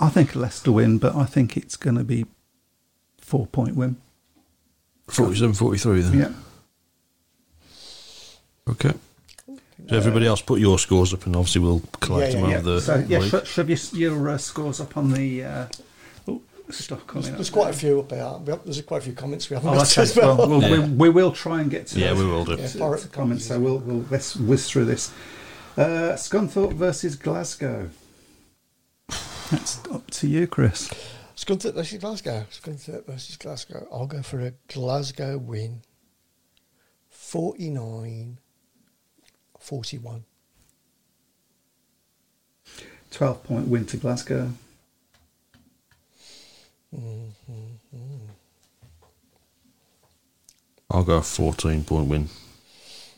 I think Leicester win, but I think it's going to be four point win. 47 43 then. Yeah. Okay. So everybody else put your scores up and obviously we'll collect Yeah, them yeah, over the so, yeah, week. sho- shove your, your uh, scores up on the. Uh, oh, stuff coming up There's there. quite a few up there. We have- There's quite a few comments we haven't Oh, got okay. as well. well, we'll, Yeah. we, we will try and get to Yeah, those we will do. Yeah. to- Borrow- to comments. So we'll, we'll let's whiz through this. Uh, Scunthorpe versus Glasgow. That's up to you, Chris. Scunthorpe versus Glasgow. Scunthorpe versus Glasgow. I'll go for a Glasgow win. 49 41. Twelve point win to Glasgow. I'll go 14 point win,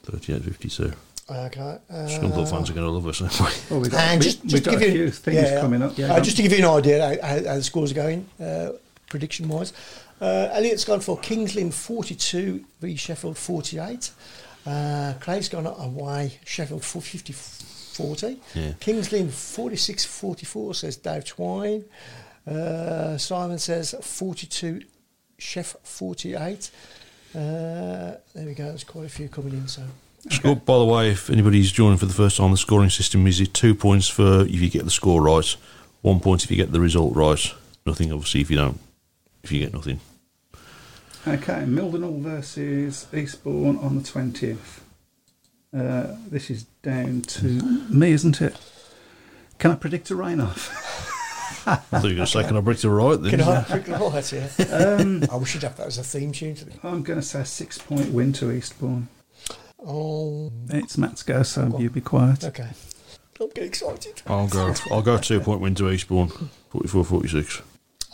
38 52. Okay. Uh, Scunthorpe fans are going to love us anyway. Oh, we've got, and we, just, we've just to got give a you, few things yeah, coming up. Yeah, uh, go just to give you an idea how, how, how the scores are going, uh, prediction wise. Uh, Elliot's gone for Kingsland 42 v Sheffield 48. Uh, Craig's gone away Sheffield 50 40. Yeah. Kingsland 46 44 says Dave Twine. Uh, Simon says 42 Chef 48. Uh, there we go, there's quite a few coming in. So Score, by the way, if anybody's joining for the first time, the scoring system is two points for if you get the score right, one point if you get the result right, nothing obviously if you don't, if you get nothing. on. Okay, Mildenhall versus Eastbourne on the twentieth. Uh, this is down to me, isn't it? Can I predict a rain off? I thought you were going to say, can I break to right then? Can I quick light here? I wish you'd have that as a theme tune to the I'm going to say a six-point win to Eastbourne. Oh, It's Matt's go, so you be quiet. okay. I'm getting excited. I'll go. I'll go two point win to Eastbourne, 44-46.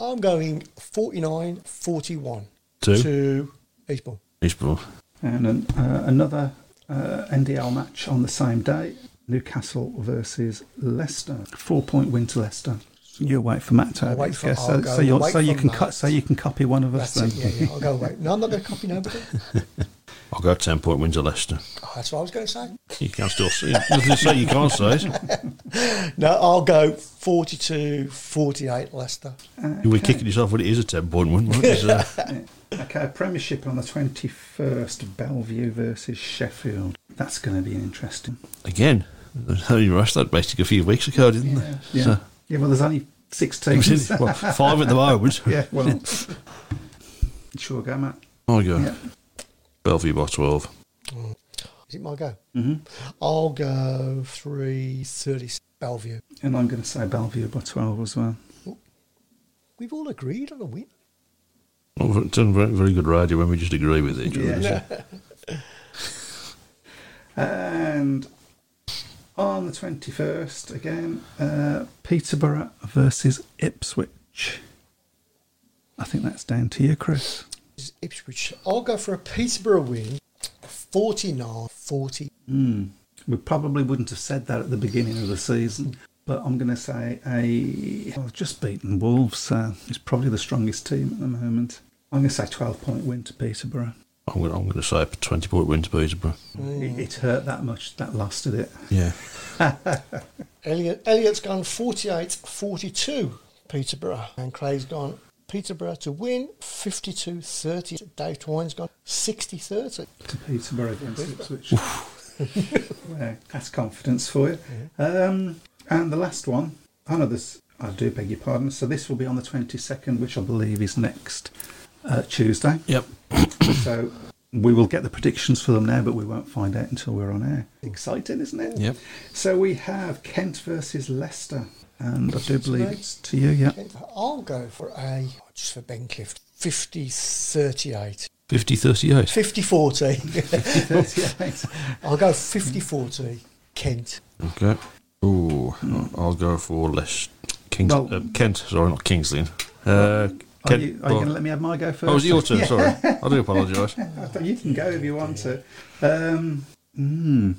I'm going 49 41 Two? to Eastbourne. Eastbourne. And an, uh, another uh, NDL match on the same day Newcastle versus Leicester. Four point win to Leicester. You wait for Matt to I'll have wait his for- guess. I'll So, go so, you'll, wait so you for can Matt. cut. So you can copy one of us That's it. then. Yeah, yeah. I'll go away. No, I'm not going to copy nobody. I'll go 10 point wins to Leicester. Oh, that's what I was going to say. You can still see it. Nothing to say you can't say it. No, I'll go 42 48 Leicester. You were kicking yourself when it is a 10 point win. wasn't it? So, Eh, Okay, Premiership on the 21st, Bellevue versus Sheffield. That's going to be interesting. again, they rushed that basically a few weeks ago, didn't they? Yeah. So, yeah, well, there's only six it teams. was in- well, five at the moment. yeah, well. sure, go, Matt. Oh, God. Yeah. Bellevue by 12. Is it my go? Mm-hmm. I'll go 330 Bellevue. And I'm going to say Bellevue by 12 as well. We've all agreed on a win. Well, Oh, it's done very, very good radio when we just agree with each other. isn't it? And on the 21st, again, uh, Peterborough versus Ipswich. I think that's down to you, Chris. This is Ipswich. I'll go for a Peterborough win 49 40. Hmm. We probably wouldn't have said that at the beginning of the season, but I'm going to say a. Well, just beaten Wolves, so it's probably the strongest team at the moment. I'm going to say 12 point win to Peterborough. I'm going, I'm going to say a 20 point win to Peterborough. It, it hurt that much, that loss, did it? Yeah. Elliot, Elliot's gone 48 42 Peterborough. And Craig's gone Peterborough to win 52 30. Dave Twine's gone 60 30. to Peterborough against Ipswich. Well, that's confidence for you. Um, and the last one, I know this, I do beg your pardon. So this will be on the 22nd, which I believe is next uh, Tuesday. Yep. So we will get the predictions for them now, but we won't find out until we're on air. Exciting, isn't it? Yep. So we have Kent versus Leicester. And I do believe it's to you, yeah. I'll go for a, just for Ben Clift, 50 38. 50 38. 50 40. 38. I'll go 50 40 Kent. Okay. Hmm. Ooh, I'll go for less Kings, Well- uh, Kent. Sorry, not Kingsley. Uh, Are Kent. you, are you going to let me have my go first? oh, is it your turn? Sorry, I do apologise. So you can go if you want to. Um, mm,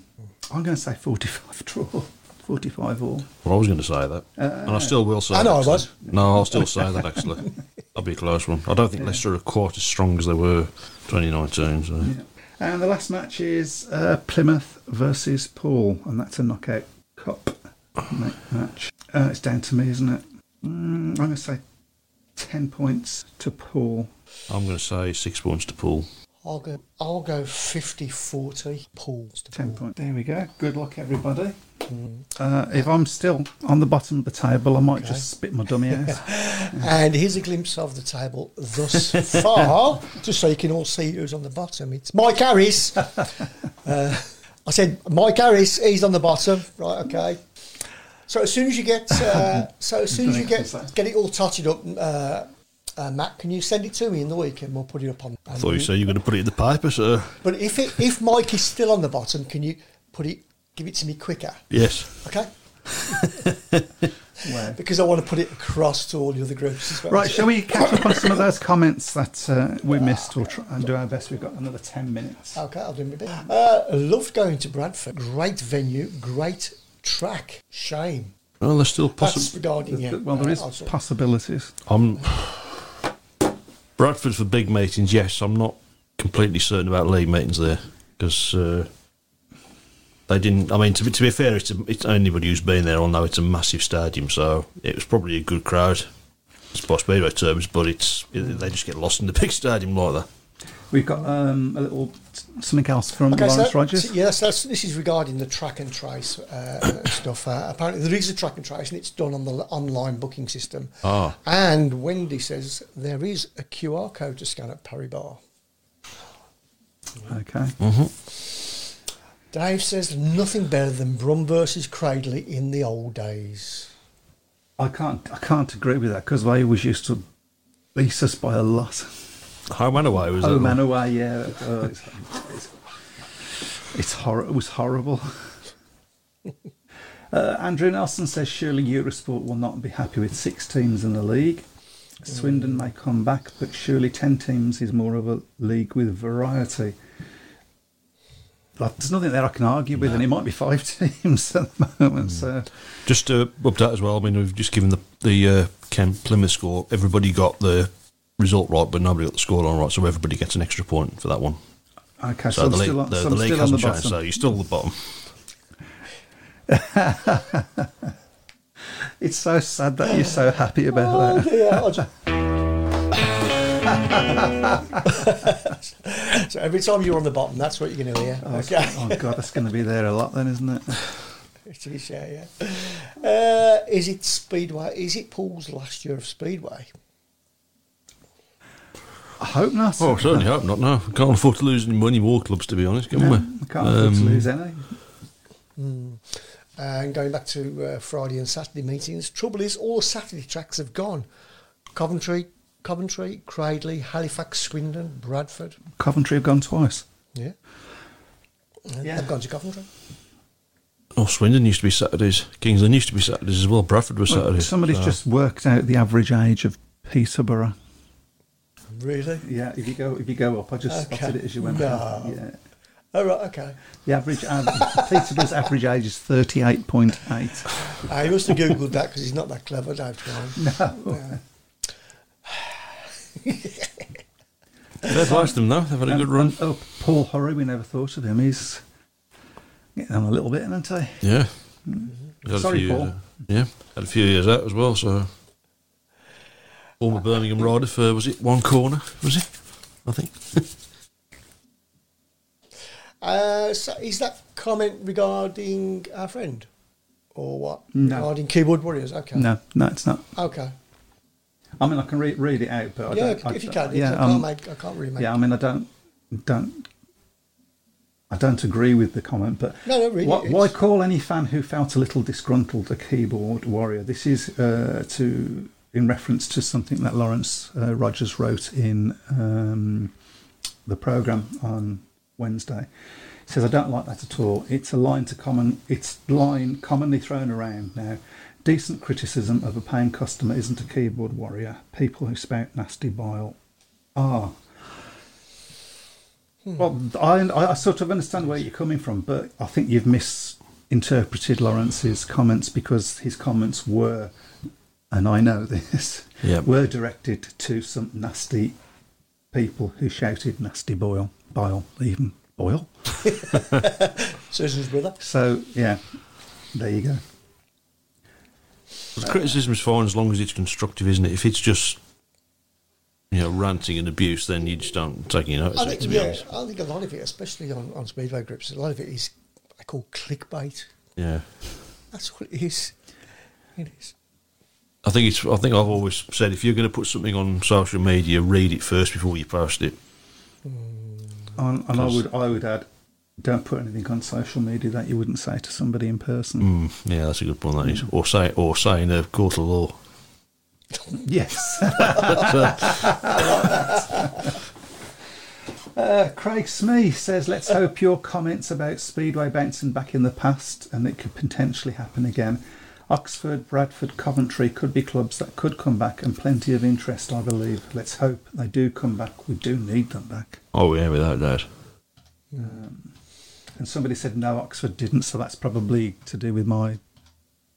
I'm going to say 45 draw, 45 all. Well, I was going to say that, Uh, and I still will say. I know that, I was. actually. No, I'll still say that actually. That'll be a close one. I don't think Leicester are quite as strong as they were 2019. So And the last match is uh, Plymouth versus Paul, and that's a knockout cup ma- match. Uh, it's down to me, isn't it? Mm, I'm going to say 10 points to Paul. I'm going to say six points to Paul. I'll go, I'll go 50 40 Paul's. to 10 Paul. points. There we go. Good luck, everybody. Uh, if I'm still on the bottom of the table, I might just spit my dummy out. And here's a glimpse of the table thus far, just so you can all see who's on the bottom. It's Mike Harris. Uh, I said, Mike Harris, he's on the bottom. Right, okay. So as soon as you get, uh, so as soon as you get, get it all totted up, uh, uh, Matt, can you send it to me in the week and we'll put it up on? I thought you said you were going to put it in the paper, so uh, But if it, if Mike is still on the bottom, can you put it, give it to me quicker, yes. okay? Wow. Because I want to put it across to all the other groups as well. Right, shall we catch up on some of those comments that uh, we missed? We'll try and do our best. We've got another 10 minutes. Okay, I'll do my bit. Ah. Uh, loved going to Bradford. Great venue, great track. Shame. Well, there's still That's possible. regarding you. Well, there is Uh, also- possibilities. I'm Bradford for big meetings. Yes, I'm not completely certain about league meetings there because uh, they didn't. I mean, to be, to be fair, it's, a, it's anybody who's been there will know it's a massive stadium, so it was probably a good crowd. It's by speedway terms, but it's they just get lost in the big stadium like that. We've got um, a little something else from Okay, Lawrence so, Rogers. so yes, that's, this is regarding the track and trace uh, stuff. Uh, apparently, there is a track and trace, and it's done on the l- online booking system. Ah. And Wendy says there is a QR code to scan at Parry Bar. Okay. Dave says nothing better than Brum versus Cradley in the old days. I can't I can't agree with that because they always used to beat us by a lot. Home and away was Oh, it? man, away, yeah. Oh, it's, it's, it's hor- it was horrible. uh, Andrew Nelson says surely Eurosport will not be happy with six teams in the league. Swindon may come back, but surely 10 teams is more of a league with variety. like, there's nothing there I can argue with, and it might be five teams at the moment. So Just to update as well, I mean, we've just given the the uh, Kent Plymouth score. Everybody got the result right, but nobody got the score on right, so everybody gets an extra point for that one. okay, so, I'm Hmm. So, the league, still on the, so the I'm league still on the hasn't changed, bottom. so you're still the bottom. It's so sad that you're so happy about Oh that. dear. I ju- so every time you're on the bottom, that's what you're going to hear. okay. Oh god, that's going to be there a lot then, isn't it? to be fair, yeah. Uh, is it Speedway? Is it Paul's last year of Speedway? I hope not. Oh, certainly hope not. No, can't afford to lose any money more clubs, to be honest, can No, we? I can't afford to Um, lose any. And going back to uh, Friday and Saturday meetings, trouble is all Saturday tracks have gone. Coventry, Coventry, Cradley, Halifax, Swindon, Bradford. Coventry have gone twice. Yeah. And Yeah. They've gone to Coventry. Oh, Swindon used to be Saturdays. Kingsland used to be Saturdays as well. Bradford was Well, Saturdays. somebody's so- just worked out the average age of Peterborough. Really? Yeah, if you go if you go up, I just Okay. spotted it as you went. No. past. Yeah. Oh, right, okay. The average, av- Peterborough's average age is thirty-eight point eight. I must have Googled that because he's not that clever, Dave. Brown. No, They've lost them though. They've had a good run. Oh, Paul Horry, we never thought of him. He's getting on a little bit, isn't he? Yeah. He's had a Sorry, few Paul. years out. yeah, had a few years out as well. So former Birmingham rider for was it one corner? Was it? I think. Uh, so is that comment regarding our friend? Or what? No. Regarding Keyboard Warriors? Okay. No, no, it's not. Okay. I mean, I can read read it out, but I yeah, don't, if, I, if you can. yeah, I, can't um, make, I can't really make yeah. I mean, I don't don't I don't agree with the comment, but No, no, really, why, it's- why call any fan who felt a little disgruntled a keyboard warrior? This is uh, to in reference to something that Lawrence uh, Rogers wrote in um, the program on Wednesday. He says, "I don't like that at all. It's a line to common. It's line commonly thrown around now." Decent criticism of a paying customer isn't a keyboard warrior. People who spout nasty bile are. Ah. Well, I, I I sort of understand where you're coming from, but I think you've misinterpreted Lawrence's comments because his comments were, and I know this, Yeah. were directed to some nasty people who shouted nasty boil, bile, even boil. Susan's brother. So, yeah, there you go. But criticism is fine as long as it's constructive, isn't it? If it's just you know ranting and abuse, then you just don't take any notice I of it. think, To be yeah, honest, I think a lot of it, especially on, on Speedway groups, a lot of it is what I call clickbait. yeah. That's what it is. It is. I think it's. I think I've always said if you're going to put something on social media, read it first before you post it. And, and I would I would add, don't put anything on social media that you wouldn't say to somebody in person. Mm, yeah, that's a good point. That is, or say, or say in a court of law. Yes. Uh, Craig Smee says, "Let's hope your comments about Speedway bouncing back in the past, and it could potentially happen again. Oxford, Bradford, Coventry could be clubs that could come back, and plenty of interest, I believe. Let's hope they do come back. We do need them back." Oh yeah, without doubt. And somebody said, "No, Oxford didn't," so that's probably to do with my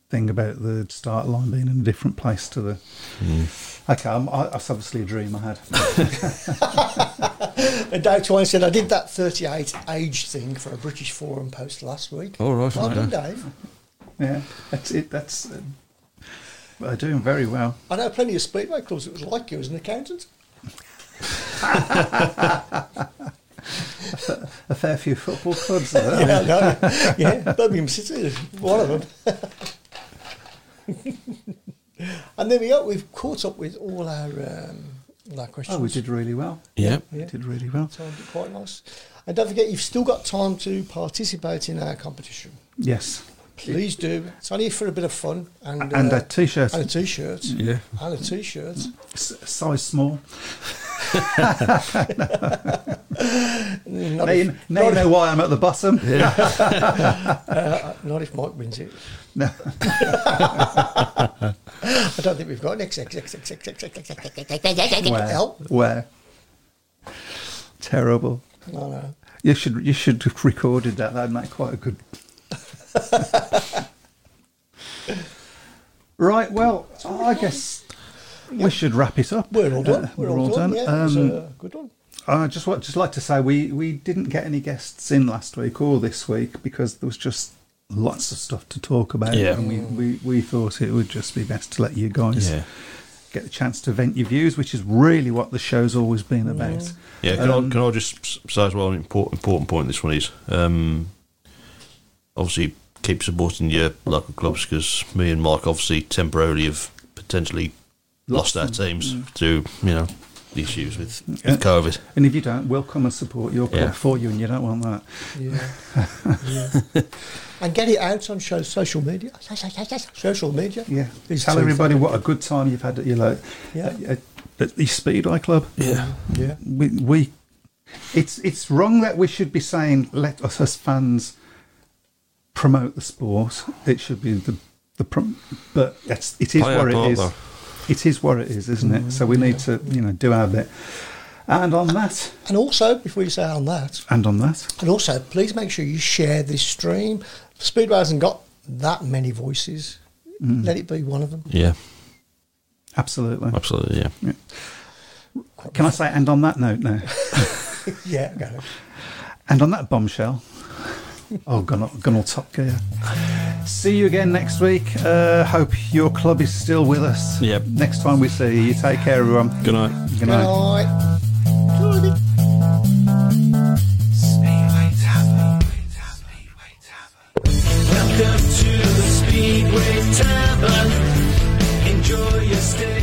thing about the start line being in a different place to the. Okay, I'm, I, that's obviously a dream I had. And Dave Twine said, I did that 38 age thing for a British Forum post last week. All right, Well okay. done, Dave. Yeah, that's it. That's uh, they're doing very well. I know plenty of Speedway clubs that was like you as an accountant. A fair few football clubs. Are there? Yeah, I know. yeah, Birmingham City, one of them. and there we are. We've caught up with all our um, all our questions. Oh, we did really well. Yeah. We Yeah. did really well. So quite nice. And don't forget, you've still got time to participate in our competition. Yes, Please do. It's only for a bit of fun and and uh, a t-shirt, and a t-shirt. Yeah. And a t-shirt. s- size small. Not Now you, if, now you not, know why I'm at the bottom. if, not if Mike wins it. No. I don't think we've got an XXXXXXXXX. Where? Help. Where? Terrible. No, no. You should you should have recorded that. That'd make quite a good. right. Well, I guess we should wrap it up. We're all done. Uh, we're, all done. Yeah, it was Um, a good one. I just want just like to say we we didn't get any guests in last week or this week because there was just lots of stuff to talk about, Yeah. and we, we we thought it would just be best to let you guys Yeah. get the chance to vent your views, which is really what the show's always been about. Um, Yeah, can, I, can I just s- say as well an important, important point this one is um, obviously keep supporting your local clubs because me and Mike obviously temporarily have potentially lost, Mm. our teams to you know issues with, Yeah. with COVID. And if you don't, we'll come and support your club Yeah. for you, and you don't want that. Yeah. yeah. and get it out on show, social media. Social media. Yeah, These tell two everybody what a good time you've had at your lo- Yeah. at, at, at the Speed Eye Club. Yeah, things. Yeah. we, we it's it's wrong that we should be saying let us as fans promote the sport. It should be the the prom- but it's, it is Play our what it part, is. though. It is what it is, isn't it? So Mm. we need to you know do our bit. And on that, And also, before you say on that, and on that, And also, please make sure you share this stream. Speedway hasn't got that many voices. Mm. Let it be one of them. yeah, absolutely. absolutely, yeah. Can I say and on that note now? Yeah, go. And on that bombshell, oh, gone all, gone all top gear. See you again next week. Uh, hope your club is still with us. Yep. Next time we see you, you take care, everyone. Good night. Good Good night. night. Good night. Speedway Tavern. Speedway Tavern. Welcome to the Speedway Tavern. Enjoy your stay.